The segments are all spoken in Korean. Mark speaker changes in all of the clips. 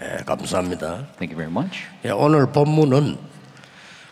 Speaker 1: 예, 감사합니다.
Speaker 2: Thank you very much.
Speaker 1: 예, 오늘 본문은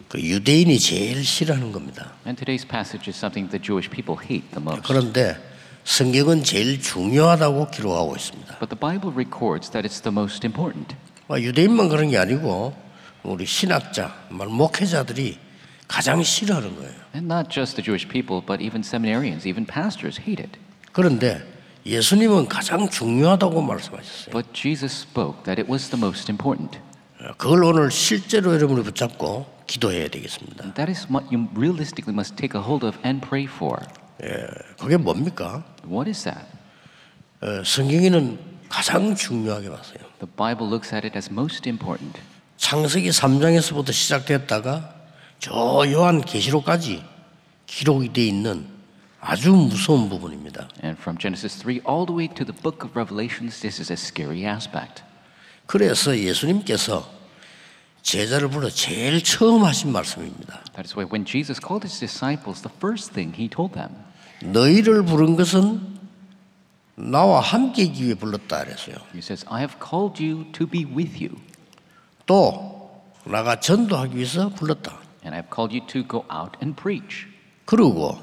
Speaker 1: 그 유대인이 제일 싫어하는 겁니다.
Speaker 2: And today's passage is something the Jewish people hate the most.
Speaker 1: 그런데 성경은 제일 중요하다고 기록하고 있습니다.
Speaker 2: But the Bible records that it's the most important.
Speaker 1: 뭐 유대인만 그런 게 아니고 우리 신학자, 뭐 목회자들이 가장 싫어하는 거예요.
Speaker 2: And not just the Jewish people, but even seminarians, even pastors hate it.
Speaker 1: 그런데 예수님은 가장 중요하다고 말씀하셨어요.
Speaker 2: But Jesus spoke that it was the most important.
Speaker 1: 어, 그걸 오늘 실제로 여러분이 붙잡고 기도해야 되겠습니다.
Speaker 2: And that is what you realistically must take a hold of and pray for.
Speaker 1: 예, 그게 뭡니까?
Speaker 2: What is that?
Speaker 1: 어, 성경에는 가장 중요하게 봤어요.
Speaker 2: The Bible looks at it as most important.
Speaker 1: 창세기 3장에서부터 시작됐다가 저 요한 계시록까지 기록이 돼 있는 아주 무서운 부분입니다.
Speaker 2: And from Genesis 3 all the way to the book of Revelations, this is a scary aspect.
Speaker 1: 그래서 예수님께서 제자를 불러 제일 처음 하신 말씀입니다.
Speaker 2: That is why when Jesus called his disciples, the first thing he told them
Speaker 1: 너희를 부른 것은 나와 함께이기 위해 불렀다 그랬어요.
Speaker 2: He says, I have called you to be with you,
Speaker 1: 또 나가 전도하기 위해서 불렀다.
Speaker 2: and I have called you to go out and preach,
Speaker 1: 그리고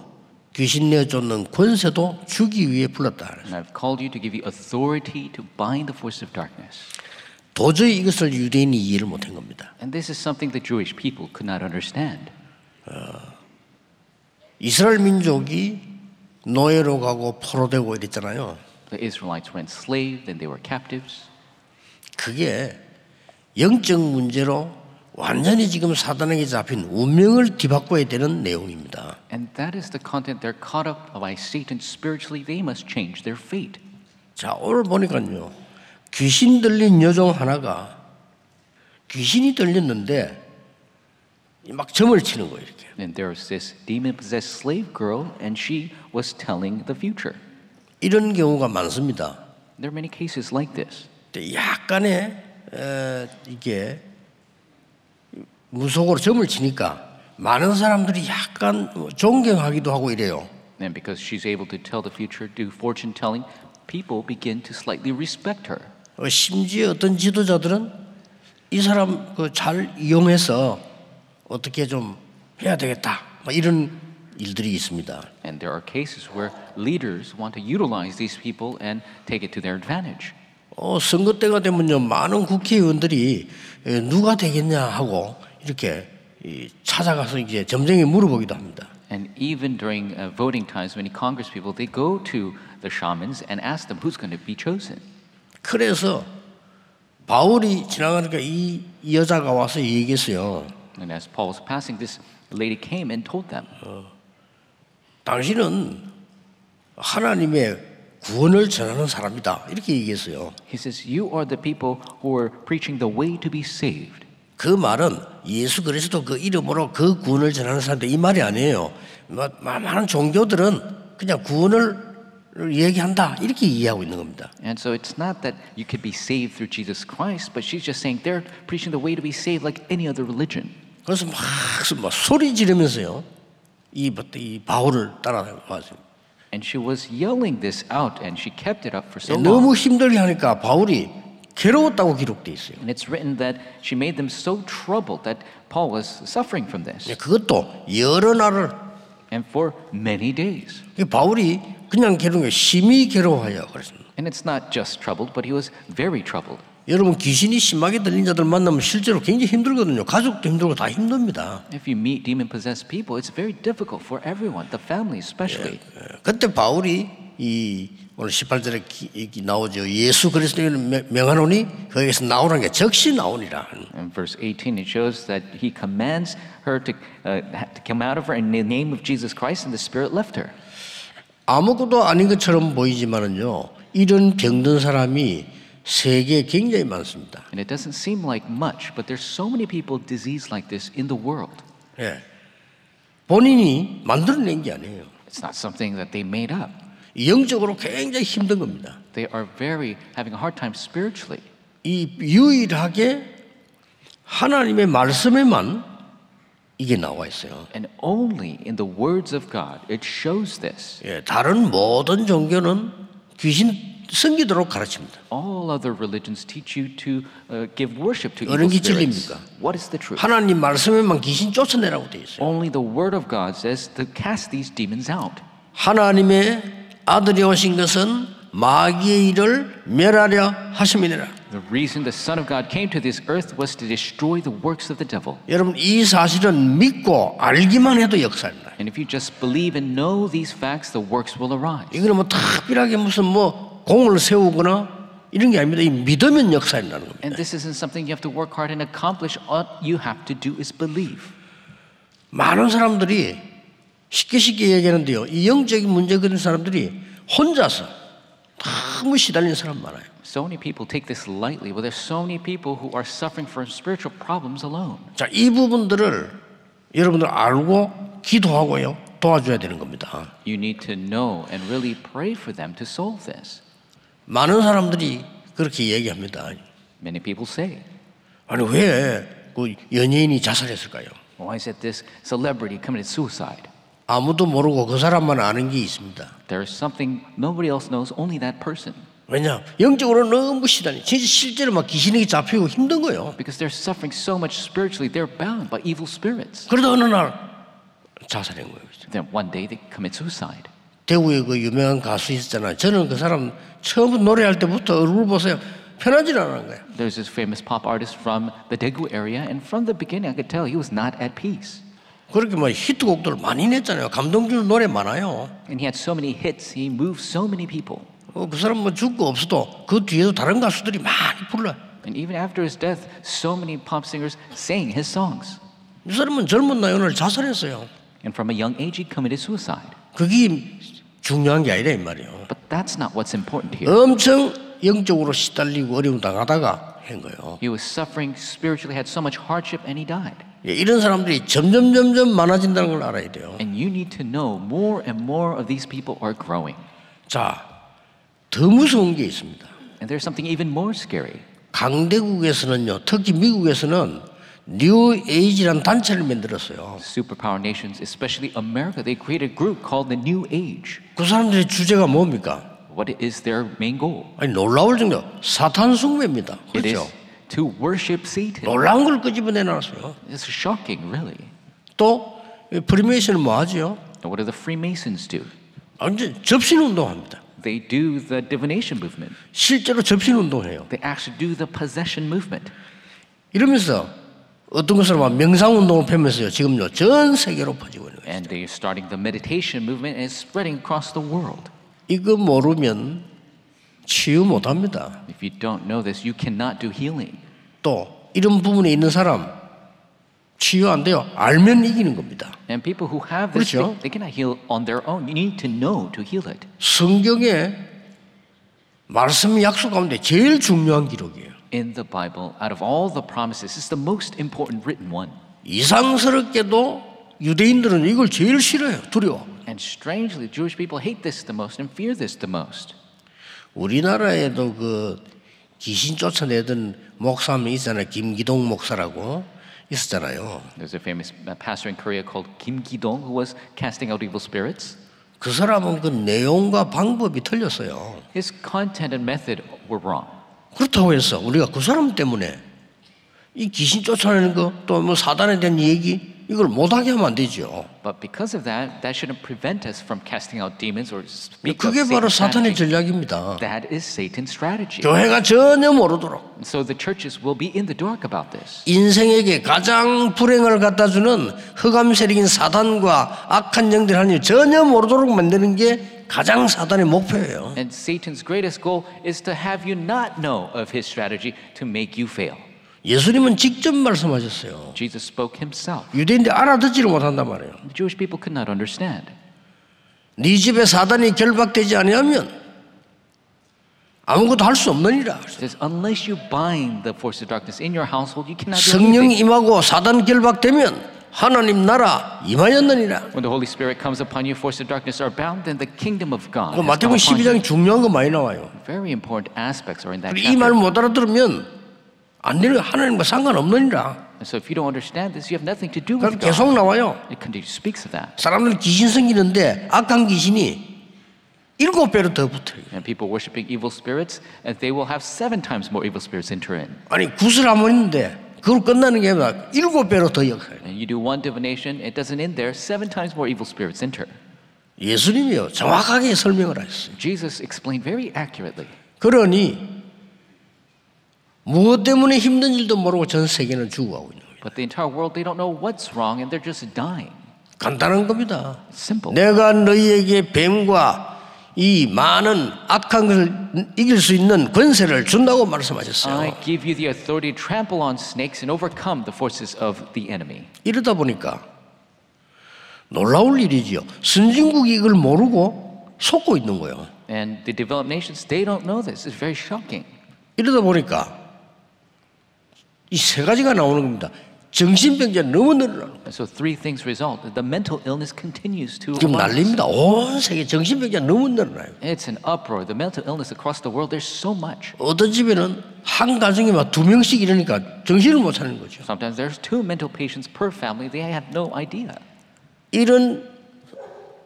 Speaker 1: 귀신 내쫓는 권세도 주기 위해 불렀다. 그랬어요.
Speaker 2: and I have called you to give you authority to bind the force of darkness.
Speaker 1: 도저히 이것을 유대인이 이해를 못한 겁니다.
Speaker 2: And this is something the Jewish people could not understand.
Speaker 1: 이스라엘 민족이 노예로 가고 포로되고 이랬잖아요.
Speaker 2: The Israelites were enslaved and they were captives.
Speaker 1: 그게 영적 문제로 완전히 지금 사단에게 잡힌 운명을 뒤바꿔야 되는 내용입니다.
Speaker 2: And that is the content they're caught up by Satan spiritually. They must change their fate.
Speaker 1: 자, 오늘 보니까요. 귀신 들린 여종 하나가 귀신이 들렸는데 막 점을 치는 거예요, 이렇게.
Speaker 2: And there's this demon possessed slave girl, and she was telling the future.
Speaker 1: 이런 경우가 많습니다.
Speaker 2: There are many cases like this.
Speaker 1: 근데 약간의 에, 이게 무속으로 점을 치니까 많은 사람들이 약간 존경하기도 하고 이래요.
Speaker 2: And because she's able to tell the future, do fortune telling, people begin to slightly respect her.
Speaker 1: 어, 심지어 어떤 지도자들은 이 사람 그 잘 이용해서 어떻게 좀 해야 되겠다. 뭐 이런 일들이 있습니다.
Speaker 2: And there are cases where leaders want to utilize these people and take it to their advantage.
Speaker 1: 어, 선거 때가 되면요 많은 국회의원들이 에, 누가 되겠냐 하고 이렇게 이 찾아가서 이제 점쟁이 물어보기도 합니다.
Speaker 2: And even during uh, voting times, many Congress people they go to the shamans and ask them who's going to be chosen.
Speaker 1: 그래서 바울이 지나가니까 이 여자가 와서 얘기했어요.
Speaker 2: And as Paul was passing, this lady came and told them,
Speaker 1: 당신은 하나님의 구원을 전하는 사람이다. 이렇게 얘기했어요.
Speaker 2: he says, "You are the people who are preaching the way to be saved."
Speaker 1: 그 말은 예수 그리스도 그 이름으로 그 구원을 전하는 사람들 이 말이 아니에요. 마- 마- 많은 종교들은 그냥 구원을 얘기한다 이렇게 이해하고 있는 겁니다.
Speaker 2: And so it's not that you could be saved through Jesus Christ, but she's just saying they're preaching the way to be saved like any other religion.
Speaker 1: 그래서 막, 막 소리 지르면서요. 이, 바- 이 바울을 따라와서
Speaker 2: And she was yelling this out, and she kept it up for so long.
Speaker 1: 너무 힘들게 하니까 바울이 괴로웠다고 기록돼 있어요.
Speaker 2: And it's written that she made them so troubled that Paul was suffering from this.
Speaker 1: 근데 그것도 여러 날을
Speaker 2: And for many days.
Speaker 1: 이 바울이 그냥 괴로운 게 심히 괴로워하여 그랬습니다.
Speaker 2: And it's not just troubled, but he was very troubled.
Speaker 1: 여러분 귀신이 심하게 들린 자들 만나면 실제로 굉장히 힘들거든요. 가족도 힘들고 다 힘듭니다.
Speaker 2: If you meet demon possessed people, it's very difficult for everyone, the family especially.
Speaker 1: 예. 그때 바울이 이 오늘 18절에 기, 이기 나오죠. 예수 그리스도는 명- 명하노니 거기에서 나오는 게 적시 나오니라.
Speaker 2: In verse 18, it shows that he commands her to, uh, ha- to come out of her in the name of Jesus Christ, and the spirit left her.
Speaker 1: 아무것도 아닌 것처럼 보이지만은요. 이런 병든 사람이 세계에 굉장히 많습니다.
Speaker 2: And it doesn't seem like much, but there's so many people diseased like this in the world.
Speaker 1: 예. 본인이 만들어낸 게 아니에요.
Speaker 2: It's not something that they made up.
Speaker 1: 영적으로 굉장히 힘든 겁니다.
Speaker 2: They are very having a hard time spiritually.
Speaker 1: 이 유일하게 하나님의 말씀에만 이게 나와 있어요.
Speaker 2: And only in the words of God it shows this.
Speaker 1: 예, 다른 모든 종교는 귀신 섬기도록 가르칩니다.
Speaker 2: All other religions teach you to uh, give worship to
Speaker 1: 어느
Speaker 2: evil
Speaker 1: 게
Speaker 2: spirits.
Speaker 1: 진리입니까?
Speaker 2: What is the truth?
Speaker 1: 하나님 말씀에만 귀신 쫓아내라고 되어 있어요.
Speaker 2: Only the word of God says to cast these demons out.
Speaker 1: 하나님의 아들이 오신 것은 마귀의 일을 멸하려 하심이니라.
Speaker 2: The reason the Son of God came to this earth was to destroy the works of the devil.
Speaker 1: 여러분 이 사실은 믿고 알기만 해도 역사입니다.
Speaker 2: And if you just believe and know these facts, the works will arise.
Speaker 1: 이거는 뭐 특별하게 무슨 뭐 공을 세우거나 이런 게 아닙니다. 이 믿으면 역사인다는 겁니다.
Speaker 2: And this isn't something you have to work hard and accomplish. All you have to do is believe.
Speaker 1: 많은 사람들이 쉽게 쉽게 얘기하는데요. 이 영적인 문제 그런 사람들이 혼자서 너무 시달리는 사람 많아요.
Speaker 2: So many people take this lightly. Well, there's so many people who are suffering from spiritual problems alone.
Speaker 1: 자, 이 부분들을 여러분들 알고 기도하고요. 도와줘야 되는 겁니다.
Speaker 2: You need to know and really pray for them to solve this.
Speaker 1: 많은 사람들이 그렇게 얘기합니다.
Speaker 2: Many people say,
Speaker 1: 아니 왜 그 연예인이 자살했을까요?
Speaker 2: Why is it this celebrity committed suicide?
Speaker 1: 아무도 모르고 그 사람만 아는 게 있습니다.
Speaker 2: There is something nobody else knows, only that person.
Speaker 1: 왜냐 영적으로 너무 시달리. 진짜 실제로 막 귀신에게 잡히고 힘든 거예요.
Speaker 2: Because they're suffering so much spiritually, they're bound by evil spirits.
Speaker 1: 그러다 어느 날 자살한 거예요.
Speaker 2: Then one day they commit suicide.
Speaker 1: 대구에 그 유명한 가수 있었잖아요. 저는 그 사람 처음 노래할 때부터 얼굴 보세요. 편하지 않은 거예요.
Speaker 2: There's this famous pop artist from the Daegu area, and from the beginning I could tell he was not at peace.
Speaker 1: 그렇게 뭐 히트곡들 많이 냈잖아요. 감동주는 노래 많아요.
Speaker 2: And he had so many hits, he moved so many people.
Speaker 1: 어, 그 사람 뭐 죽고 없어도 그 뒤에도 다른 가수들이 많이 불러요.
Speaker 2: And even after his death, so many pop singers sang his songs.
Speaker 1: 이 사람은 젊은 나이 오늘 자살했어요.
Speaker 2: And from a young age, he committed suicide.
Speaker 1: 그게 중요한 게 아니라 이 말이에요.
Speaker 2: But that's not what's important here.
Speaker 1: 엄청 영적으로 시달리고 어려움 당하다가 한 거예요.
Speaker 2: He was suffering spiritually, had so much hardship, and he died.
Speaker 1: 예, 이런 사람들이 점점 점점 많아진다는 걸 알아야 돼요.
Speaker 2: And you need to know more and more of these people are growing.
Speaker 1: 자, 더 무서운 게 있습니다.
Speaker 2: And there's something even more scary.
Speaker 1: 강대국에서는요, 특히 미국에서는 뉴 에이지라는 단체를 만들었어요.
Speaker 2: Superpower nations, especially America, they created a group called the New Age.
Speaker 1: 그 사람들의 주제가 뭡니까?
Speaker 2: What is their main goal?
Speaker 1: 아니 놀라울 정도 사탄 숭배입니다.
Speaker 2: It is
Speaker 1: 그렇죠?
Speaker 2: to worship Satan.
Speaker 1: 놀라운 걸 끄집어내 놨어요.
Speaker 2: It's shocking, really.
Speaker 1: 또 프리메이션은 뭐 하지요?
Speaker 2: And what do the Freemasons do?
Speaker 1: 완전 접신 운동합니다.
Speaker 2: They do the divination movement.
Speaker 1: 실제로 접신 운동해요.
Speaker 2: They actually do the possession movement.
Speaker 1: 이러면서 어떤 것을 막 명상 운동을 펴면서요. 지금요 전 세계로 퍼지고 있는 거예요.
Speaker 2: And they're starting the meditation movement and it's spreading across the world.
Speaker 1: 이거 모르면 치유 못합니다.
Speaker 2: If you don't know this, you cannot do healing.
Speaker 1: 또 이런 부분에 있는 사람 치유 안 돼요. 알면 이기는 겁니다.
Speaker 2: And people who have this,
Speaker 1: 그렇죠.
Speaker 2: they, they cannot heal on their own. You need to know to heal it.
Speaker 1: 성경에 말씀 약속 가운데 제일 중요한 기록이에요.
Speaker 2: In the Bible, out of all the promises, it's the most important written one.
Speaker 1: 이상스럽게도 유대인들은 이걸 제일 싫어해요. 두려워.
Speaker 2: And strangely, Jewish people hate this the most and fear this the most.
Speaker 1: 우리나라에도 그 귀신 쫓아내던 목사 한 명 있잖아요. 김기동 목사라고 있었잖아요.
Speaker 2: There's a famous uh, pastor in Korea called Kim Ki-dong who was casting out evil spirits.
Speaker 1: 그 사람은 그 내용과 방법이 틀렸어요.
Speaker 2: His content and method were wrong.
Speaker 1: 그렇다고 해서 우리가 그 사람 때문에 이 귀신 쫓아내는 거 또 뭐 사단에 대한 얘기 이걸 못하게 하면 안 되죠.
Speaker 2: But because of that, that shouldn't prevent us from casting out demons or speak of
Speaker 1: 그게 바로
Speaker 2: Satan's
Speaker 1: 사탄의
Speaker 2: strategy.
Speaker 1: 전략입니다.
Speaker 2: That is Satan's strategy.
Speaker 1: 교회가 전혀 모르도록
Speaker 2: And so the churches will be in the dark about this.
Speaker 1: 인생에게 가장 불행을 갖다 주는 흑암 세력인 사단과 악한 영들 하나님 전혀 모르도록 만드는 게 가장 사단의 목표예요.
Speaker 2: And Satan's greatest goal is to have you not know of his strategy to make you fail.
Speaker 1: 예수님은 직접 말씀하셨어요.
Speaker 2: Jesus spoke himself.
Speaker 1: 유대인들 알아듣지를 못한단 말이에요.
Speaker 2: The Jewish people could not understand.
Speaker 1: 네 집에 사단이 결박되지 아니하면 아무것도 할 수 없느니라.
Speaker 2: It says, unless you bind the forces of darkness in your household, you cannot do
Speaker 1: 성령이
Speaker 2: anything.
Speaker 1: 임하고 사단 결박되면 하나님 나라 임하였느니라.
Speaker 2: When the Holy Spirit comes upon you, forces of darkness are bound, then the kingdom of God.
Speaker 1: 그
Speaker 2: has come
Speaker 1: 마태복음
Speaker 2: upon you.
Speaker 1: 12장에 중요한 거 많이 나와요.
Speaker 2: Very important aspects are in that
Speaker 1: 이 말을
Speaker 2: chapter.
Speaker 1: 못 알아들으면 안 되는 거예요. 하나님과 상관없느니라.
Speaker 2: And so if you don't understand this, you have nothing to do
Speaker 1: 그럼
Speaker 2: with God.
Speaker 1: 계속 나와요.
Speaker 2: It continues, speaks of that.
Speaker 1: 사람들 귀신 생기는데 악한 귀신이 일곱 배로 더 붙어요.
Speaker 2: And people worshiping evil spirits, and they will have seven times more evil spirits enter in.
Speaker 1: 아니 구슬 한번 있는데 그걸 끝나는 게 아니라 일곱 배로 더 역할.
Speaker 2: And you do one divination, it doesn't end there, seven times more evil spirits enter.
Speaker 1: 예수님이요 정확하게 설명을 하셨어요.
Speaker 2: Jesus explained very accurately.
Speaker 1: 그러니 무엇 때문에 힘든 일도 모르고 전 세계는 죽어가고 있는 거예요.
Speaker 2: But the entire world, they don't know what's wrong and they're just dying.
Speaker 1: 간단한 겁니다.
Speaker 2: Simple.
Speaker 1: 내가 너희에게 뱀과 이 많은 악한 것을 이길 수 있는 권세를 준다고
Speaker 2: I
Speaker 1: 말씀하셨어요.
Speaker 2: give you the authority to trample on snakes and overcome the forces of the enemy.
Speaker 1: 이러다 보니까 놀라울 일이지요. 선진국이 이걸 모르고 속고 있는 거예요.
Speaker 2: And the developed nations, they don't know this. It's very shocking.
Speaker 1: 이러다 보니까 이 세 가지가 나오는 겁니다. 정신병자 너무 늘어나는 거예요.
Speaker 2: And so three things result. The mental illness continues to
Speaker 1: 지금
Speaker 2: arise.
Speaker 1: 난립니다. 온 세계 정신병자 너무 늘어나요.
Speaker 2: It's an uproar. The mental illness across the world, there's so much.
Speaker 1: 어떤 집에는 한 가정에 막 두 명씩 이러니까 정신을 못 차는 거죠.
Speaker 2: Sometimes there's two mental patients per family. They have no idea.
Speaker 1: 이런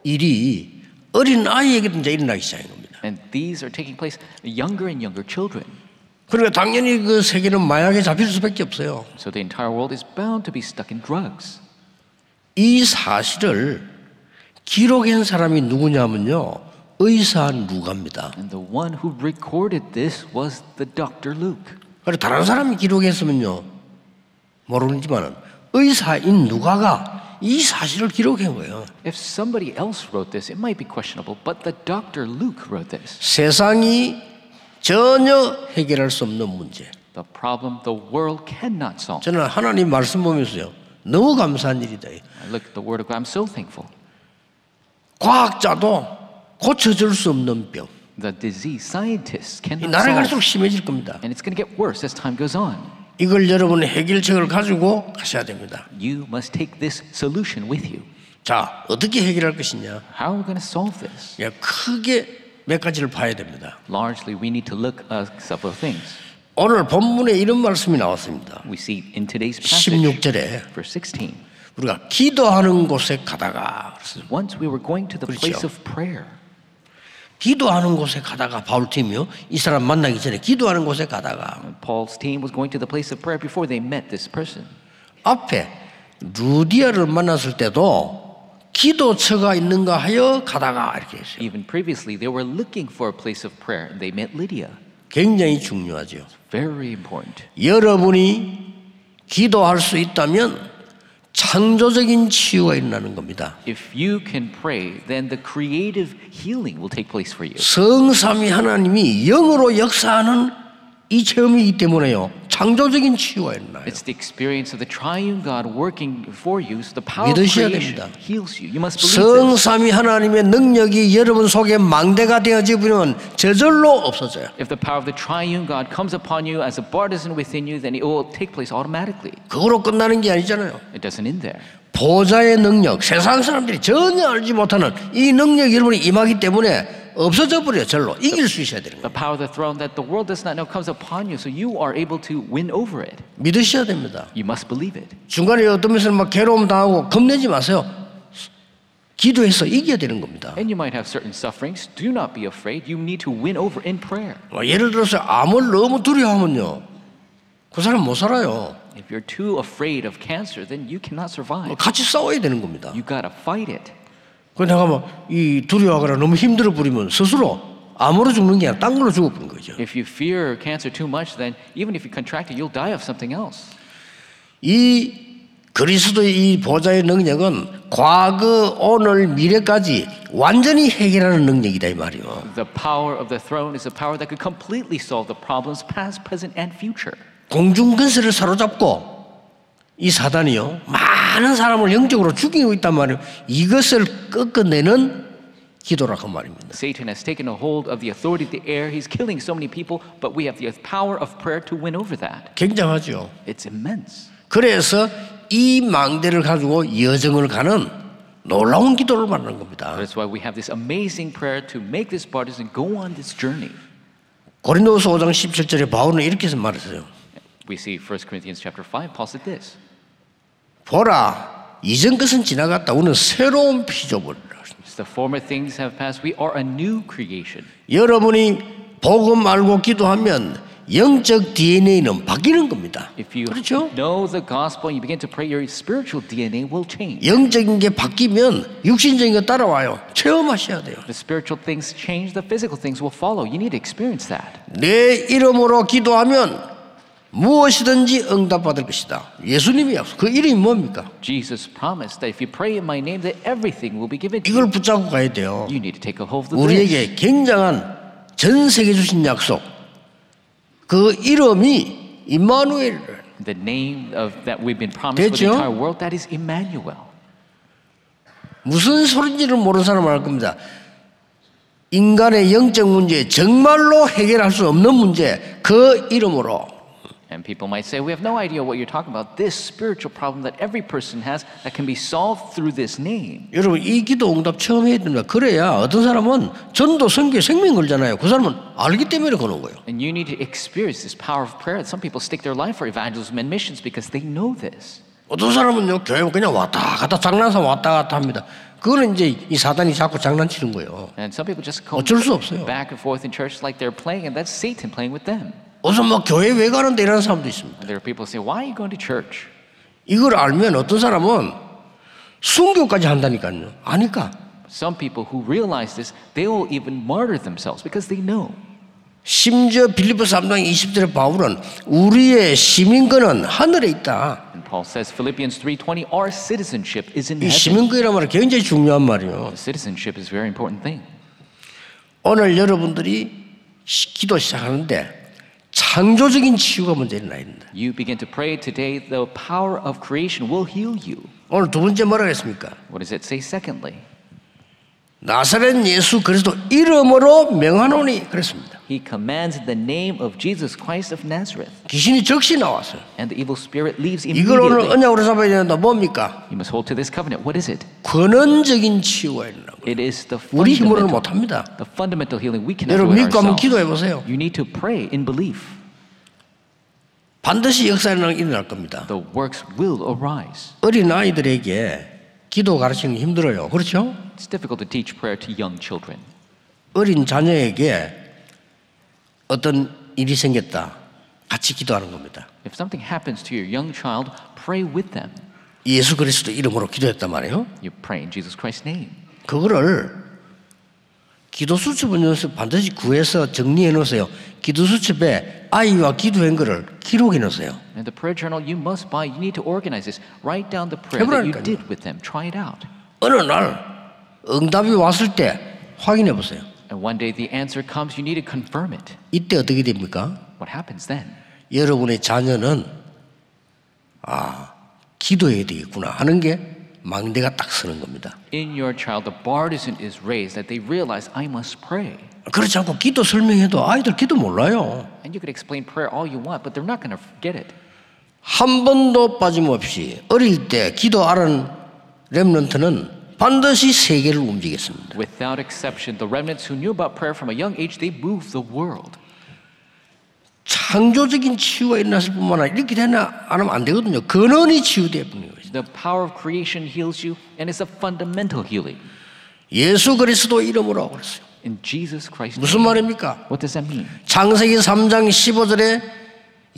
Speaker 1: 일이 어린 아이에게도 이제 일어나기 시작한 겁니다.
Speaker 2: And these are taking place younger and younger children.
Speaker 1: 그러니까 당연히 그 세계는 마약에 잡힐 수밖에 없어요.
Speaker 2: So the entire world is bound to be stuck in drugs.
Speaker 1: 이 사실을 기록한 사람이 누구냐면요. 의사 누가입니다.
Speaker 2: And the one who recorded this was the Dr. Luke.
Speaker 1: 그래 다른 사람이 기록했으면요. 모르지만은 의사인 누가가 이 사실을 기록한 거예요.
Speaker 2: If somebody else wrote this, it might be questionable, but the Dr. Luke wrote this.
Speaker 1: 세상이 전혀 해결할 수 없는 문제.
Speaker 2: The problem the world cannot solve.
Speaker 1: 저는 하나님 말씀 보면서요. 너무 감사한 일이다.
Speaker 2: I look at the Word of God, I'm so thankful.
Speaker 1: 과학자도 고쳐줄 수 없는 병.
Speaker 2: The disease, scientists
Speaker 1: 이
Speaker 2: cannot
Speaker 1: 나라에
Speaker 2: solve.
Speaker 1: 갈수록 심해질 겁니다.
Speaker 2: And it's going to get worse as time goes on.
Speaker 1: 이걸 여러분 해결책을 가지고 가셔야 됩니다.
Speaker 2: You must take this solution with you.
Speaker 1: 자, 어떻게 해결할 것이냐?
Speaker 2: How are we going to solve this?
Speaker 1: 예, 크게 몇 가지를 봐야 됩니다.
Speaker 2: Largely, we need to look at several things.
Speaker 1: 오늘 본문에 이런 말씀이 나왔습니다.
Speaker 2: We see in today's passage,
Speaker 1: 16절에
Speaker 2: verse 16,
Speaker 1: 우리가 기도하는 곳에 가다가 그랬어요.
Speaker 2: once we were going to the place
Speaker 1: 그렇죠.
Speaker 2: of prayer.
Speaker 1: 기도하는 곳에 가다가 바울팀이요. 이 사람 만나기 전에 기도하는 곳에 가다가
Speaker 2: Paul's team was going to the place of prayer before they met this person.
Speaker 1: 앞에 루디아를 만났을 때도 기도처가 있는가 하여 가다가 이렇게 했어요.
Speaker 2: Even previously, they were looking for a place of prayer, and they met Lydia.
Speaker 1: 굉장히 중요하죠.
Speaker 2: Very important.
Speaker 1: 여러분이 기도할 수 있다면 창조적인 치유가 일어나는 겁니다.
Speaker 2: If you can pray, then the creative healing will take place for you.
Speaker 1: 성삼위 하나님이 영으로 역사하는 이 체험이기 때문에요. 창조적인 치유가 일어나요.
Speaker 2: It's the experience of the triune God working for you. So the power of
Speaker 1: 믿으셔야
Speaker 2: creation
Speaker 1: 됩니다.
Speaker 2: heals you. You must believe this.
Speaker 1: 성삼위 하나님의 능력이 여러분 속에 망대가 되어지면 저절로 없어져요.
Speaker 2: If the power of the triune God comes upon you as a partisan within you, then it will take place automatically.
Speaker 1: 그거로 끝나는 게 아니잖아요.
Speaker 2: It doesn't end there.
Speaker 1: 보좌의 능력, 세상 사람들이 전혀 알지 못하는 이 능력이 여러분이 임하기 때문에 없어져 버려요. 절로 이길 수 있어야 되는 거예요.
Speaker 2: The power of the throne that the world does not know comes upon you, so you are able to win over it.
Speaker 1: 믿으셔야 됩니다.
Speaker 2: You must believe it.
Speaker 1: 중간에 어떤 면에서 막 괴로움 당하고 겁내지 마세요. 기도해서 이겨야 되는 겁니다.
Speaker 2: And you might have certain sufferings. Do not be afraid. You need to win over in prayer.
Speaker 1: 뭐 예를 들어서 암을 너무 두려워하면요. 그 사람 못 살아요.
Speaker 2: If you're too afraid of cancer, then you cannot
Speaker 1: 뭐
Speaker 2: survive.
Speaker 1: 같이 싸워야 되는 겁니다.
Speaker 2: You gotta fight it.
Speaker 1: 그 내가 막 이 두려워하거나 너무 힘들어 버리면 스스로 암으로 죽는 게 아니라 딴 걸로 죽어버린 거죠.
Speaker 2: If you fear cancer too much, then even if you contract it, you'll die of something else.
Speaker 1: 이 그리스도의 이 보좌의 능력은 과거, 오늘, 미래까지 완전히 해결하는 능력이다 이 말이요.
Speaker 2: The power of the throne is a power that could completely solve the problems past, present, and future.
Speaker 1: 공중 근세를 사로잡고 이 사단이요 많은 사람을 영적으로 죽이고 있단 말이에요. 이것을 꺾어내는 기도라고 그 말입니다.
Speaker 2: Satan has taken a hold of the authority of the air. He's killing so many people, but we have the power of prayer to win over that.
Speaker 1: 굉장하죠.
Speaker 2: It's immense.
Speaker 1: 그래서 이 망대를 가지고 여정을 가는 놀라운 기도를 말하는 겁니다.
Speaker 2: That's why we have this amazing prayer to make this partisan go on this journey.
Speaker 1: 고린도서 5장 17절에 바울은 이렇게 해서 말했어요.
Speaker 2: We see 1 Corinthians chapter 5, Paul said this.
Speaker 1: 보라 이전 것은 지나갔다 우리는 새로운 피조물이라.
Speaker 2: It's the former things have passed. We are a new creation.
Speaker 1: 여러분이 복음 알고 기도하면 영적 DNA는 바뀌는 겁니다.
Speaker 2: If you
Speaker 1: 그렇죠?
Speaker 2: know the gospel and you begin to pray, your spiritual DNA will change.
Speaker 1: 영적인 게 바뀌면 육신적인 거 따라와요. 체험하셔야 돼요.
Speaker 2: The spiritual things change, the physical things will follow. You need to experience that.
Speaker 1: 내 이름으로 기도하면 무엇이든지 응답받을 것이다. 예수님이 약속. 그 이름이 뭡니까?
Speaker 2: Jesus promised that if you pray in my name, that everything will be given to you.
Speaker 1: 이걸 붙잡고 가야 돼요.
Speaker 2: You need to take a hold of the this.
Speaker 1: 우리에게 굉장한 전 세계 주신 약속. 그 이름이 임마누엘.
Speaker 2: The name of that we've been promised for the
Speaker 1: 됐죠?
Speaker 2: entire world, that is Emmanuel.
Speaker 1: 무슨 소린지를 모르는 사람은 알 겁니다. 인간의 영적 문제, 정말로 해결할 수 없는 문제, 그 이름으로
Speaker 2: And people might say, we have no idea what you're talking about. This spiritual problem that every person has that can be solved through this name.
Speaker 1: 여러분 이 기도 응답 처음 해야 됩니다. 그래야 어떤 사람은 전도 선교에 생명 걸잖아요. 그 사람은 알기 때문에 그런 거예요.
Speaker 2: And you need to experience this power of prayer. Some people stick their life for evangelism and missions because they know this.
Speaker 1: 어떤 사람은요 교회 그냥 왔다 갔다 장난삼아 왔다 갔다 합니다. 그거는 이제 이 사단이 자꾸 장난치는 거예요.
Speaker 2: And some people just go
Speaker 1: 어쩔 수 없어요.
Speaker 2: back and forth in church like they're playing, and that's Satan playing with them.
Speaker 1: 우선 뭐 교회 왜 가는데 이런 사람도 있습니다.
Speaker 2: And there are people who say, Why are you going to church?
Speaker 1: 이걸 알면 어떤 사람은 순교까지 한다니까요. 아니까
Speaker 2: Some people who realize this, they will even martyr themselves because they know.
Speaker 1: 심지어 빌리포 3장 20절의 바울은 우리의 시민권은 하늘에 있다.
Speaker 2: And Paul says, Philippians 3:20, our citizenship is in
Speaker 1: 이
Speaker 2: heaven.
Speaker 1: 시민권이란 말은 굉장히 중요한 말이에요.
Speaker 2: Citizenship is a very important thing.
Speaker 1: 오늘 여러분들이 시- 기도 시작하는데 창조적인 치유가 먼저 일어나야 된다.
Speaker 2: You begin to pray today, the power of creation will heal you.
Speaker 1: 오늘 두 번째 뭐라 그랬습니까?
Speaker 2: What does it say? Secondly,
Speaker 1: 나사렛 예수 그리스도 이름으로 명하노니 그랬습니다.
Speaker 2: he commands in the name of Jesus Christ of Nazareth.
Speaker 1: 귀신이 적시 나왔어요.
Speaker 2: and the evil spirit leaves
Speaker 1: 이걸 오늘
Speaker 2: immediately.
Speaker 1: 언약으로 잡아야 된다. 뭡니까?
Speaker 2: You must hold to this covenant. What is it?
Speaker 1: 권원적인 치유가 일어나고
Speaker 2: It is the
Speaker 1: 우리 힘으로는
Speaker 2: fundamental,
Speaker 1: 못합니다.
Speaker 2: the fundamental healing we cannot do
Speaker 1: 여러분
Speaker 2: it
Speaker 1: 믿고 한번
Speaker 2: ourselves.
Speaker 1: 기도해 보세요.
Speaker 2: You need to pray in belief.
Speaker 1: 반드시 역사는 일어날 겁니다.
Speaker 2: The works will arise.
Speaker 1: 어린 아이들에게 기도 가르치는 게 힘들어요. 그렇죠?
Speaker 2: It's difficult to teach prayer to young children.
Speaker 1: 어린 자녀에게 어떤 일이 생겼다. 같이 기도하는 겁니다.
Speaker 2: If something happens to your young child, pray with them.
Speaker 1: 예수 그리스도 이름으로 기도했단 말이에요.
Speaker 2: You pray in Jesus Christ's name.
Speaker 1: 그거를 기도 수첩은 연습 반드시 구해서 정리해 놓으세요. 기도 수첩에 아이와 기도한 거를 기록해 놓으세요.
Speaker 2: And the prayer journal you must buy, you need to organize this. Write down the prayer that you did with them. Try it out.
Speaker 1: 어느 날 응답이 왔을 때 확인해 보세요.
Speaker 2: And one day the answer comes, you need to confirm it.
Speaker 1: 이때 어떻게 됩니까?
Speaker 2: What happens then?
Speaker 1: 여러분의 자녀는 아 기도해야 되겠구나 하는 게 망대가 딱 서는 겁니다.
Speaker 2: in your child the bartisan is raised that they realize i must pray
Speaker 1: 그렇지 않고 기도 설명해도 아이들 기도 몰라요.
Speaker 2: and you could explain prayer all you want but they're not going to get it
Speaker 1: 한 번도 빠짐없이 어릴 때 기도 아는 렘런트는 반드시 세계를 움직였습니다.
Speaker 2: without exception the remnants who knew about prayer from a young age they moved the world
Speaker 1: 창조적인 치유가 일어났을 뿐만 아니라 이렇게 되나 안 하면 안 되거든요. 근원이 치유돼야 뿐이요
Speaker 2: the power of creation heals you and it's a fundamental healing
Speaker 1: 예수 그리스도 이름으로 그랬어요.
Speaker 2: in jesus christ
Speaker 1: 무슨 말입니까?
Speaker 2: what does that mean
Speaker 1: 창세기 3장 15절에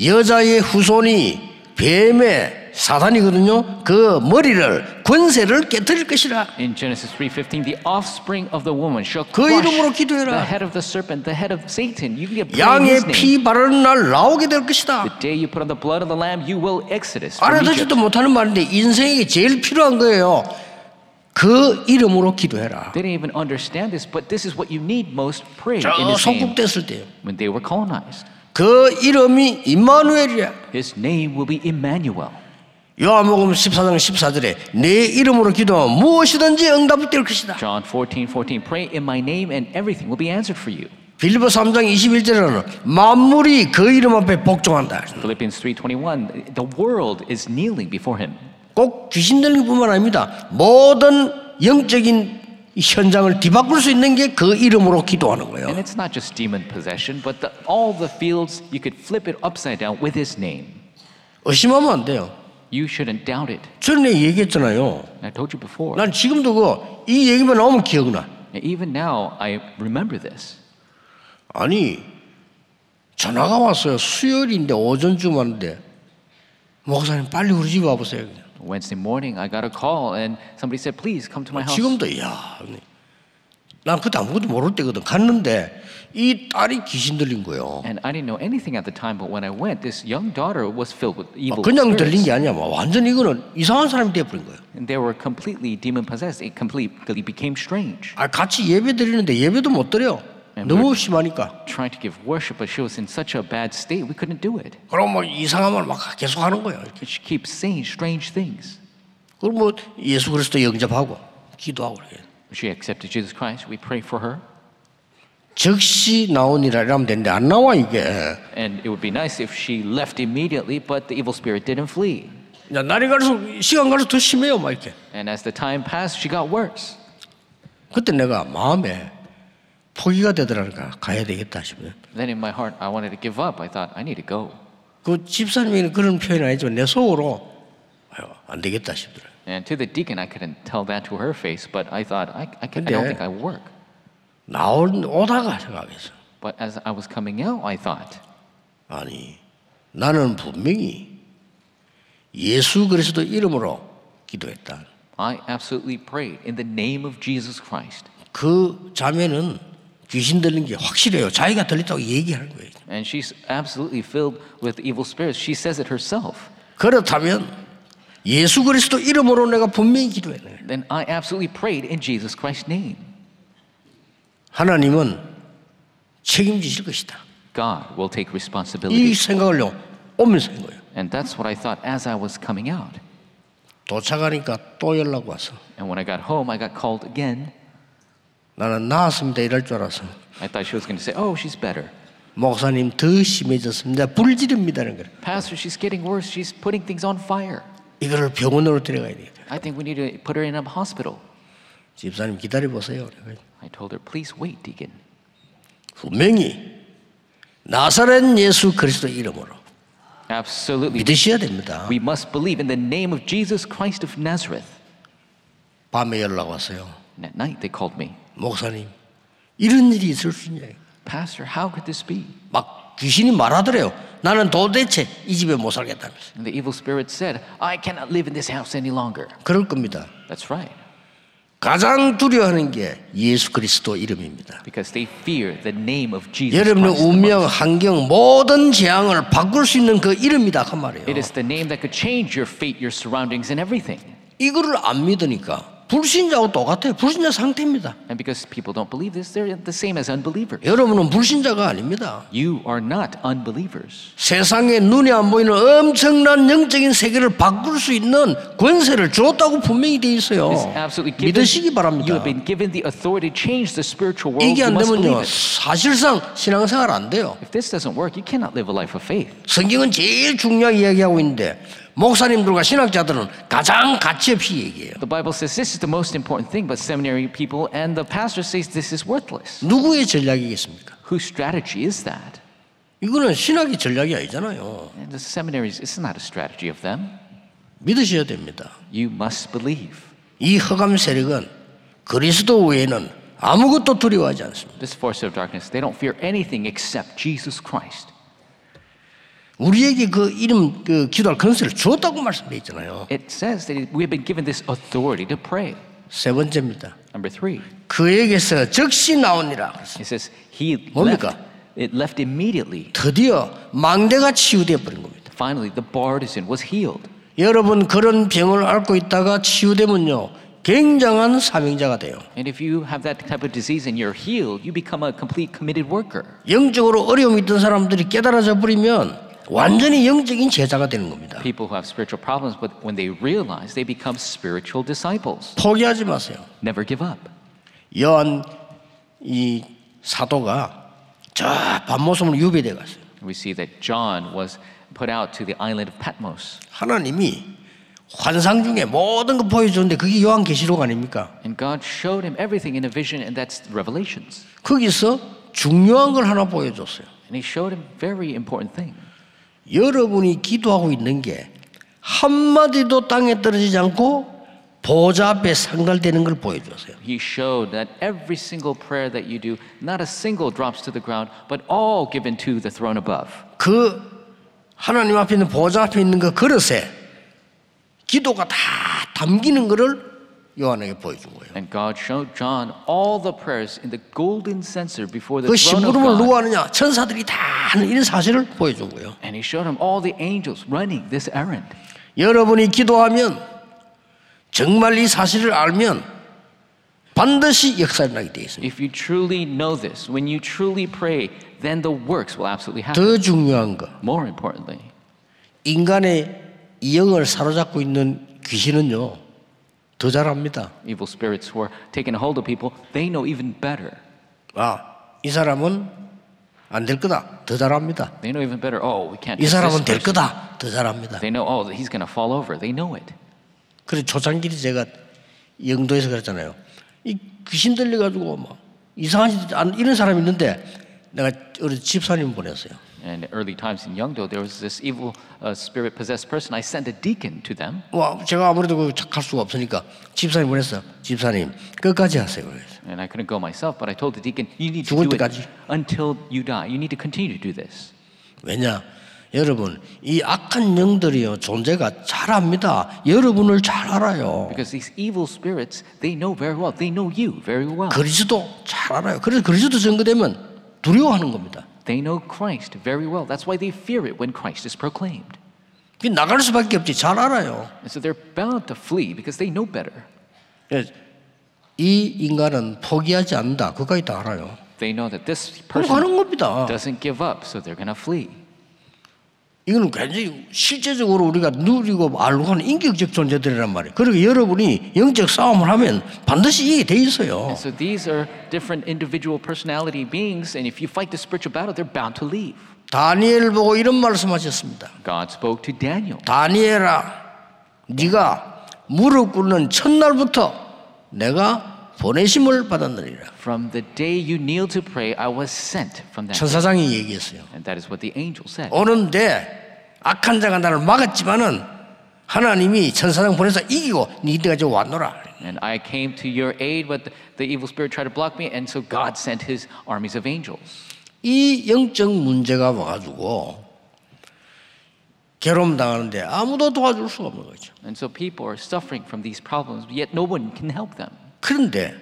Speaker 1: 여자의 후손이 뱀의 사단이거든요. 그 머리를 권세를 깨뜨릴 것이라.
Speaker 2: in genesis 3.15 the offspring of the woman shall
Speaker 1: 그
Speaker 2: crush
Speaker 1: 이름으로 기도해라.
Speaker 2: the head of the serpent the head of satan you can pray in his
Speaker 1: 양의
Speaker 2: name
Speaker 1: 피 바르는 날 나오게 될
Speaker 2: the
Speaker 1: 것이다.
Speaker 2: day you put on the blood of the lamb you will exodus from Egypt.
Speaker 1: 알아듣지도 못하는 말인데 인생에게 제일 필요한 거예요. 그 이름으로 기도해라.
Speaker 2: They didn't even understand this, but this is what you need most pray in
Speaker 1: 저
Speaker 2: His name.
Speaker 1: 성국됐을 때요.
Speaker 2: When they were colonized,
Speaker 1: 그 이름이 임마누엘이야.
Speaker 2: His name will be Emmanuel.
Speaker 1: 요한복음 14장 14절에 내 이름으로 기도하면 무엇이든지 응답이 될 것이다.
Speaker 2: John 14, 14. Pray in my name, and everything will be answered for you.
Speaker 1: 빌리보 3장 21절에는 만물이 그 이름 앞에 복종한다.
Speaker 2: Philippians 3, 21. The world is kneeling before Him.
Speaker 1: 꼭 귀신 들린 뿐만 아닙니다. 모든 영적인 현장을 뒤바꿀 수 있는 게 그 이름으로 기도하는
Speaker 2: And
Speaker 1: 거예요.
Speaker 2: it's not just demon possession, but the, all the fields, you could flip it upside down with His name.
Speaker 1: 의심하면 안 돼요.
Speaker 2: You shouldn't doubt it.
Speaker 1: 저는 내가 얘기했잖아요.
Speaker 2: I told you before.
Speaker 1: 난 지금도 그 이 얘기만 나오면 기억나.
Speaker 2: Even now, I remember this.
Speaker 1: 아니 전화가 왔어요. 수요일인데 오전쯤 왔는데 목사님 빨리 우리 집 와보세요. 그냥.
Speaker 2: Wednesday morning, I got a call and somebody said, please come to my house.
Speaker 1: 지금도 야, 난 그때 아무것도 모를 때거든. 갔는데 이 딸이 귀신 들린 거예요.
Speaker 2: And I didn't know anything at the time, but when I went, this young daughter was filled with
Speaker 1: 막
Speaker 2: evil
Speaker 1: 아, 그냥 들린
Speaker 2: spirits.
Speaker 1: 게 아니야. 막 완전 이거는 이상한 사람이 돼버린 거예요.
Speaker 2: And they were completely demon possessed. It completely became strange.
Speaker 1: 아 같이 예배 드리는데 예배도 못 드려. 너무 심하니까.
Speaker 2: Trying to give worship, but she was in such a bad state, we couldn't do it.
Speaker 1: 그럼 뭐 이상한 말 막 계속 하는 거예요.
Speaker 2: And she keeps saying strange things.
Speaker 1: 그럼 뭐 예수 그리스도 영접하고 기도하고 그래.
Speaker 2: She accepted Jesus Christ. We pray for her.
Speaker 1: 즉시 나오니라 이러면 되는데 안 나와 이게.
Speaker 2: And it would be nice if she left immediately, but the evil spirit didn't flee.
Speaker 1: 야, 날이 갈수록 시간 갈수록 더 심해요, 막 이렇게.
Speaker 2: And as the time passed, she got worse.
Speaker 1: 그때 내가 마음에 포기가 되더라니까 가야 되겠다 싶어요.
Speaker 2: Then in my heart, I wanted to give up. I thought, I need to go.
Speaker 1: 그 집사님이 그런 표현은 아니지만 내 속으로 아유, 안 되겠다 싶더라고요.
Speaker 2: And to the deacon, I couldn't tell that to her face, but I thought, I, I, can, I don't
Speaker 1: 근데-
Speaker 2: think I work.
Speaker 1: 나온 오다가 생각했어.
Speaker 2: But as I was coming out, I thought,
Speaker 1: 아니 나는 분명히 예수 그리스도 이름으로 기도했다.
Speaker 2: I absolutely prayed in the name of Jesus Christ.
Speaker 1: 그 자매는 귀신 들린 게 확실해요. 자기가 들렸다고 얘기하는 거예요.
Speaker 2: And she's absolutely filled with evil spirits. She says it herself.
Speaker 1: 그렇다면 예수 그리스도 이름으로 내가 분명히 기도했네.
Speaker 2: Then I absolutely prayed in Jesus Christ's name.
Speaker 1: 하나님은 책임지실 것이다.
Speaker 2: God will take responsibility.
Speaker 1: 이 생각을요 오면서 한 거예요.
Speaker 2: And that's what I thought as I was coming out.
Speaker 1: 도착하니까 또 연락 와서
Speaker 2: And when I got home, I got called again.
Speaker 1: 나는 나았습니다 이럴 줄 알았어.
Speaker 2: I thought she was going to say, Oh, she's better.
Speaker 1: 목사님 더 심해졌습니다. 불지릅니다는 거예요.
Speaker 2: Pastor, she's getting worse. She's putting things on fire.
Speaker 1: 이거를 병원으로 데려가야 되겠다.
Speaker 2: I think we need to put her in a hospital.
Speaker 1: 집사님 기다려 보세요.
Speaker 2: I told her, Please wait, Deacon.
Speaker 1: 분명히 나사렛 예수 그리스도 이름으로
Speaker 2: Absolutely.
Speaker 1: 믿으셔야 됩니다.
Speaker 2: We must believe in the name of Jesus Christ of Nazareth.
Speaker 1: 밤에 연락 왔어요.
Speaker 2: And at night, they called me.
Speaker 1: 목사님 이런 일이 있을 수 있냐?
Speaker 2: Pastor, how could this be?
Speaker 1: 막 귀신이 말하더래요. 나는 도대체 이 집에 못 살겠다면서.
Speaker 2: And the evil spirit said, I cannot live in this house any longer.
Speaker 1: 그럴 겁니다.
Speaker 2: That's right,
Speaker 1: 가장 두려워하는 게 예수 그리스도 이름입니다.
Speaker 2: because they fear the name of Jesus Christ.
Speaker 1: 여러분의
Speaker 2: the
Speaker 1: 운명,
Speaker 2: most.
Speaker 1: 환경, 모든 재앙을 바꿀 수 있는 그 이름이다 그 말이에요.
Speaker 2: It is the name that could change your fate, your surroundings, and everything.
Speaker 1: 이거를 안 믿으니까 불신자하고 똑같아요. 불신자 상태입니다.
Speaker 2: And because people don't believe this, they're the same as unbelievers.
Speaker 1: 여러분은 불신자가 아닙니다.
Speaker 2: You are not unbelievers.
Speaker 1: 세상에 눈에 안 보이는 엄청난 영적인 세계를 바꿀 수 있는 권세를 주었다고 분명히 돼 있어요.
Speaker 2: It's absolutely
Speaker 1: Oh,
Speaker 2: given.
Speaker 1: 믿으시기
Speaker 2: You
Speaker 1: 바랍니다.
Speaker 2: have been given the authority to change the spiritual world.
Speaker 1: 이게 안
Speaker 2: You must believe
Speaker 1: 되면요,
Speaker 2: it.
Speaker 1: 사실상 신앙생활 안 돼요.
Speaker 2: If this doesn't work, you cannot live a life of faith.
Speaker 1: 성경은 제일 중요하게 이야기하고 있는데 목사님들과 신학자들은 가장 가치 없이 얘기해요.
Speaker 2: The Bible says this is the most important thing, but seminary people and the pastor says this is worthless.
Speaker 1: 누구의 전략이겠습니까?
Speaker 2: Whose strategy is that?
Speaker 1: 이거는 신학의 전략이 아니잖아요.
Speaker 2: And the seminaries, it's not a strategy of them.
Speaker 1: 믿으셔야 됩니다.
Speaker 2: You must believe.
Speaker 1: 이 허감 세력은 그리스도 외에는 아무것도 두려워하지 않습니다.
Speaker 2: This force of darkness, they don't fear anything except Jesus Christ.
Speaker 1: 우리에게 그 이름 그 기도할 권세를 주었다고 말씀해 있잖아요.
Speaker 2: It says that we have been given this authority to pray.
Speaker 1: 세 번째입니다.
Speaker 2: Number three,
Speaker 1: 그에게서 즉시 나오니라.
Speaker 2: it says he
Speaker 1: 뭡니까?
Speaker 2: left. It left immediately.
Speaker 1: 드디어 망대가 치유되어 버린 겁니다.
Speaker 2: Finally, the bartisan was healed.
Speaker 1: 여러분 그런 병을 앓고 있다가 치유되면요. 굉장한 사명자가 돼요.
Speaker 2: And if you have that type of disease and you're healed, you become a complete committed worker.
Speaker 1: 영적으로 어려움이 있던 사람들이 깨달아져 버리면 완전히 영적인 제자가 되는 겁니다.
Speaker 2: People who have spiritual problems, but when they realize, they become spiritual disciples.
Speaker 1: 포기하지 마세요.
Speaker 2: Never give up.
Speaker 1: 여한 이 사도가 저 밤모섬으로 유배돼 갔어요.
Speaker 2: We see that John was put out to the island of Patmos.
Speaker 1: 하나님이 환상 중에 모든 걸 보여주는데 그게 요한 계시록 아닙니까?
Speaker 2: And God showed him everything in a vision, and that's Revelations.
Speaker 1: 거기서 중요한 걸 하나 보여줬어요.
Speaker 2: And he showed him very important thing.
Speaker 1: 여러분이 기도하고 있는 게 한 마디도 땅에 떨어지지 않고 보좌 앞에 상달되는 걸 보여줬어요.
Speaker 2: He showed that every single prayer that you do, not a single drops to the ground, but all given to the throne above.
Speaker 1: 그 하나님 앞에 있는 보좌 앞에 있는 그 그릇에 기도가 다 담기는 것을 요한에게 보여준 거예요.
Speaker 2: And God showed John all the prayers in the golden censer before the
Speaker 1: 그
Speaker 2: throne of
Speaker 1: 심부름을 누가
Speaker 2: God.
Speaker 1: 하느냐? 천사들이 다 하는 이런 사실을 보여준 거예요.
Speaker 2: And he showed him all the angels running this errand.
Speaker 1: 여러분이 기도하면 정말 이 사실을 알면 반드시 역사를 나게 되어 있습니다.
Speaker 2: If you truly know this, when you truly pray, then the works will absolutely happen.
Speaker 1: 더 중요한 거
Speaker 2: More importantly,
Speaker 1: 인간의 이 영을 사로잡고 있는 귀신은요 더 잘합니다.
Speaker 2: evil spirits who are taking hold of people, they know even better.
Speaker 1: 아이 사람은 안 될 거다 더 잘합니다.
Speaker 2: They know even better. Oh, we can't.
Speaker 1: 이
Speaker 2: touch this
Speaker 1: 사람은 될
Speaker 2: person."
Speaker 1: 거다 더 잘합니다.
Speaker 2: They know. Oh, he's gonna fall over. They know it.
Speaker 1: 그래서 초창기에 제가 영도에서 그랬잖아요. 이 귀신 들려 가지고 막 이상한 짓 안- 이런 사람이 있는데 내가 어느 집사님 보냈어요.
Speaker 2: And early times in Yeongdo, there was this evil uh, spirit possessed person. I sent a deacon to them.
Speaker 1: 와, 제가 아무래도 그 착할 수가 없으니까 집사님 보냈어. 집사님 끝까지 하세요. 그래서.
Speaker 2: And I couldn't go myself, but I told the deacon, you need to
Speaker 1: 죽을
Speaker 2: do
Speaker 1: 때까지.
Speaker 2: it until you die. You need to continue to do this.
Speaker 1: 왜냐? 여러분 이 악한 영들이요 존재가 잘합니다. 여러분을 잘 알아요.
Speaker 2: Because these evil spirits, they know very well. They know you very well.
Speaker 1: 그리스도 잘 알아요. 그래서 그리스도 증거되면 두려워하는 겁니다.
Speaker 2: They know Christ very well. That's why they fear it when Christ is proclaimed.
Speaker 1: 이게 나갈 수밖에 없지. 잘 알아요.
Speaker 2: And so they're bound to flee because they know better.
Speaker 1: 예, 이 인간은 포기하지 않는다. 그까지 다 알아요.
Speaker 2: They know that this
Speaker 1: 그럼
Speaker 2: person
Speaker 1: 하는 겁니다.
Speaker 2: doesn't give up, so they're going to flee.
Speaker 1: 이거는 굉장히 실제적으로 우리가 누리고 알고 하는 인격적 존재들이란 말이에요. 그리고 여러분이 영적 싸움을 하면 반드시 이게 돼 있어요.
Speaker 2: And so these are different individual personality beings, and if you fight the spiritual battle, they're bound to leave.
Speaker 1: 다니엘 보고 이런 말씀하셨습니다.
Speaker 2: God spoke to Daniel.
Speaker 1: 다니엘아, 네가 무릎 꿇는 첫날부터 내가 보내심을 받았느니라.
Speaker 2: From the day you kneel to pray, I was sent from that.
Speaker 1: 천사장이 얘기했어요.
Speaker 2: And that is what the angel said.
Speaker 1: 오는데 악한 자가 나를 막았지만은 하나님이 천사장 보내서 이기고 니네가 지금 왔노라.
Speaker 2: And I came to your aid, but the, the evil spirit tried to block me, and so God sent his armies of angels.
Speaker 1: 이 영적 문제가 와가지고 괴로움 당하는데 아무도 도와줄 수가 없는 거죠.
Speaker 2: And so people are suffering from these problems, yet no one can help them.
Speaker 1: 그런데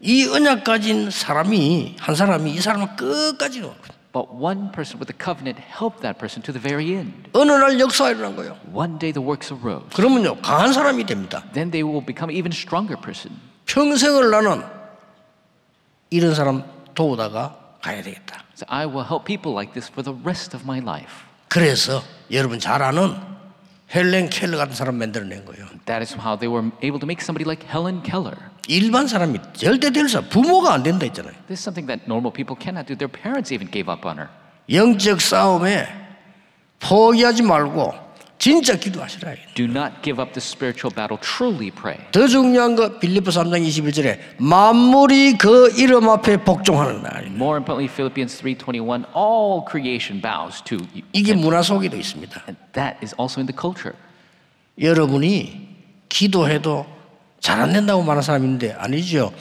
Speaker 1: 이 언약 가진 사람이 한 사람이 이 사람을 끝까지 놓은 거예요.
Speaker 2: But one person with the covenant helped that person to the very end.
Speaker 1: 어느 날 역사가 일어난 거예요.
Speaker 2: One day the works arose.
Speaker 1: 그러면요 강한 사람이 됩니다.
Speaker 2: Then they will become even stronger person.
Speaker 1: 평생을 나는 이런 사람 도우다가 가야 되겠다.
Speaker 2: So I will help people like this for the rest of my life.
Speaker 1: 그래서 여러분 잘 아는 헬렌 켈러 같은 사람 만들어낸 거예요.
Speaker 2: That is how they were able to make somebody like Helen Keller.
Speaker 1: 일반 사람이 절대 될 수 없 부모가 안 된다 했잖아요.
Speaker 2: This is something that normal people cannot do. Their parents even gave up on her.
Speaker 1: 영적 싸움에 포기하지 말고 진짜 기도하시라.
Speaker 2: Do not give up the spiritual battle. Truly pray.
Speaker 1: 더 중요한 거 빌립보 3장 21절에 만물이 그 이름 앞에 복종하는 날.
Speaker 2: More importantly, Philippians 3:21, all creation bows to you.
Speaker 1: 이게 문화 속에도 있습니다.
Speaker 2: And that is also in the culture.
Speaker 1: 여러분이 기도해도 잘 안 된다고 말하는 사람이 있는데 아니죠.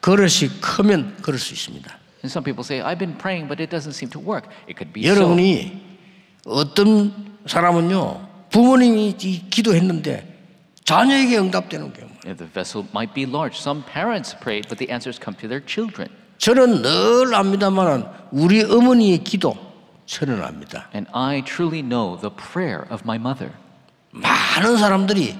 Speaker 1: 그릇이 크면 그럴 수 있습니다.
Speaker 2: And some people say, I've been praying, but it doesn't seem to work. It could be so.
Speaker 1: 여러분이 어떤 사람은요 부모님이 이 기도했는데 자녀에게 응답되는 경우
Speaker 2: And the vessel might be large. Some parents prayed, but the answers come to their children.
Speaker 1: 저는 늘 압니다만 우리 어머니의 기도 저는 압니다.
Speaker 2: And I truly know the prayer of my mother.
Speaker 1: 많은 사람들이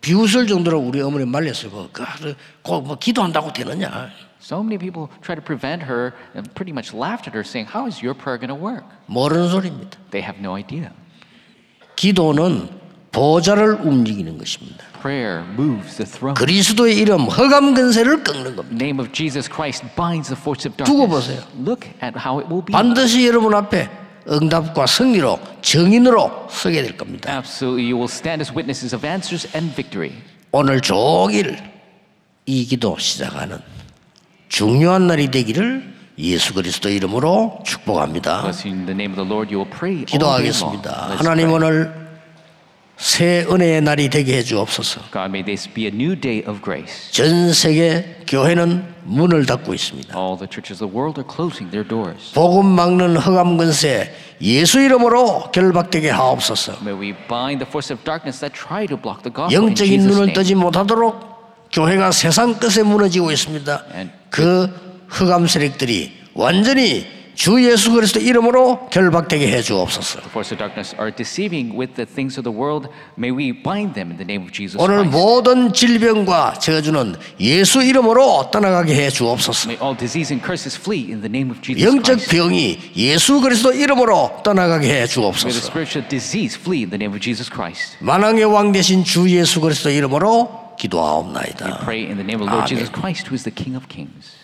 Speaker 1: 비웃을 정도로 우리 어머니 말렸어요. 그, 그, 그, 뭐 기도한다고 되느냐?
Speaker 2: So many people try to prevent her and pretty much laughed at her, saying, How is your prayer going to work?
Speaker 1: 모르는 소리입니다.
Speaker 2: They have no idea.
Speaker 1: 기도는 보좌를 움직이는 것입니다.
Speaker 2: Prayer moves the throne.
Speaker 1: 그리스도의 이름 허감 근세를 꺾는 겁니다.
Speaker 2: name of Jesus Christ binds the force of
Speaker 1: 두고
Speaker 2: darkness.
Speaker 1: 보세요.
Speaker 2: Look at how it will be.
Speaker 1: 반드시 여러분 앞에 응답과 승리로 정인으로 서게 될
Speaker 2: 아.
Speaker 1: 겁니다.
Speaker 2: Absolutely, you will stand as witnesses of answers and victory.
Speaker 1: 오늘 종일 이 기도 시작하는 중요한 날이 되기를 예수 그리스도 이름으로 축복합니다.
Speaker 2: Bless you in the name of the Lord, you will pray. all day long.
Speaker 1: 기도하겠습니다.
Speaker 2: 어, 네. Let's
Speaker 1: 하나님
Speaker 2: pray.
Speaker 1: 오늘 새 은혜의 날이 되게 해 주옵소서.
Speaker 2: God, may this be a new day of grace.
Speaker 1: 전 세계 교회는 문을 닫고 있습니다.
Speaker 2: All the churches of the world are closing their doors.
Speaker 1: 복음 막는 허감 근세 예수 이름으로 결박되게 하옵소서.
Speaker 2: May we bind the force of darkness that try to block the gospel in
Speaker 1: 영적인
Speaker 2: Jesus'
Speaker 1: 눈을
Speaker 2: name.
Speaker 1: 뜨지 못하도록 교회가 세상 끝에 무너지고 있습니다. 그 흑암 세력들이 완전히 주 예수 그리스도 이름으로 결박되게 해 주옵소서.
Speaker 2: The force of darkness are deceiving with the things of the world. May we bind them in the name of Jesus
Speaker 1: 오늘
Speaker 2: Christ.
Speaker 1: 모든 질병과 저주는 예수 이름으로 떠나가게 해 주옵소서.
Speaker 2: May all disease and curses flee in the name of Jesus
Speaker 1: 영적
Speaker 2: Christ.
Speaker 1: 병이 예수 그리스도 이름으로 떠나가게 해
Speaker 2: May the
Speaker 1: 주옵소서.
Speaker 2: spiritual disease flee in the name of Jesus Christ.
Speaker 1: 만왕의 왕 되신 주 예수 그리스도 이름으로 기도하옵나이다.
Speaker 2: Pray in the name of the Lord
Speaker 1: Amen.
Speaker 2: Jesus Christ, who is the King of Kings.